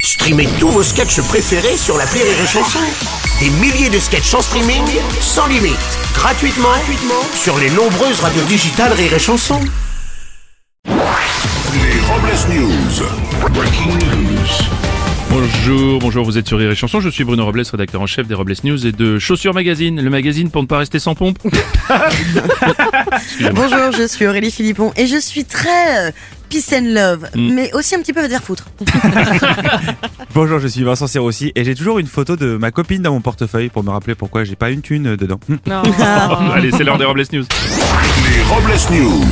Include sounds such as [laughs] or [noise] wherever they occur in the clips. Streamez tous vos sketchs préférés sur la Rire et Chanson. Des milliers de sketchs en streaming, sans limite, gratuitement, gratuitement sur les nombreuses radios digitales Rire et Chanson. Les Robles News. Breaking news. Bonjour, bonjour, vous êtes sur Rire et Chanson, je suis Bruno Robles, rédacteur en chef des Robles News et de Chaussures Magazine, le magazine pour ne pas rester sans pompe. Bonjour, je suis Aurélie Philippon et je suis très euh, peace and love, mais aussi un petit peu va dire foutre. Bonjour, je suis Vincent Serroussi et j'ai toujours une photo de ma copine dans mon portefeuille pour me rappeler pourquoi j'ai pas une thune euh, dedans. Hum. [laughs] Allez, c'est l'heure des Robles News. Les Robles News.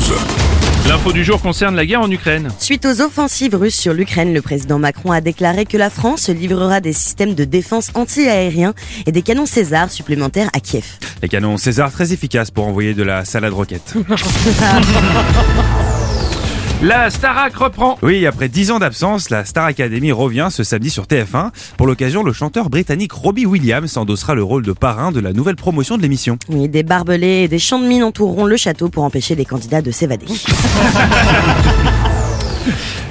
L'info du jour concerne la guerre en Ukraine. Suite aux offensives russes sur l'Ukraine, le président Macron a déclaré que la France livrera des systèmes de défense anti-aérien et des canons César supplémentaires à Kiev. Les canons César très efficaces pour envoyer de la salade roquette. La Starac reprend. Oui, après 10 ans d'absence, la Star Academy revient ce samedi sur TF1. Pour l'occasion, le chanteur britannique Robbie Williams endossera le rôle de parrain de la nouvelle promotion de l'émission. Oui, des barbelés et des champs de mines entoureront le château pour empêcher les candidats de s'évader.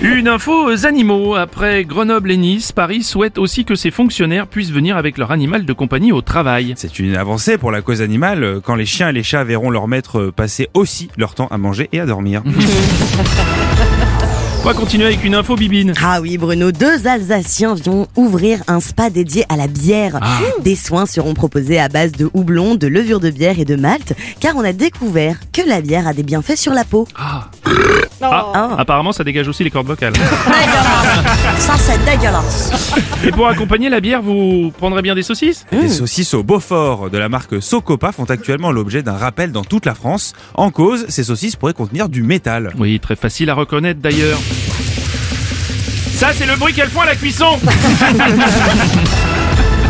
Une info aux animaux. Après Grenoble et Nice, Paris souhaite aussi que ses fonctionnaires puissent venir avec leur animal de compagnie au travail. C'est une avancée pour la cause animale euh, quand les chiens et les chats verront leur maître euh, passer aussi leur temps à manger et à dormir. On va continuer avec une info bibine. Ah oui, Bruno, deux Alsaciens vont ouvrir un spa dédié à la bière. Des soins seront proposés à base de houblon, de levure de bière et de malt, car on a découvert que la bière a des bienfaits sur la peau. Ah. Ah, apparemment ça dégage aussi les cordes vocales. Ça, c'est dégueulasse. Et pour accompagner la bière, vous prendrez bien des saucisses Les saucisses au Beaufort de la marque Socopa font actuellement l'objet d'un rappel dans toute la France. En cause, ces saucisses pourraient contenir du métal. Oui, très facile à reconnaître d'ailleurs. Ça, c'est le bruit qu'elles font à la [laughs] cuisson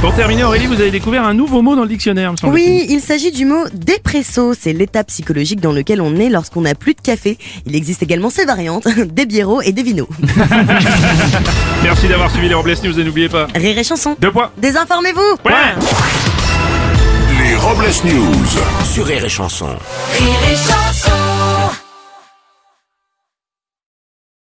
Pour terminer, Aurélie, vous avez découvert un nouveau mot dans le dictionnaire, me semble-t-il. Oui, il s'agit du mot dépresso. C'est l'état psychologique dans lequel on est lorsqu'on n'a plus de café. Il existe également ses variantes, [laughs] des biéros et des vinos. Merci d'avoir suivi les Robles News et n'oubliez pas. Rire et chanson. Deux points. Désinformez-vous Point. Les Robles News. Sur Rire et Chanson. Rire et chanson.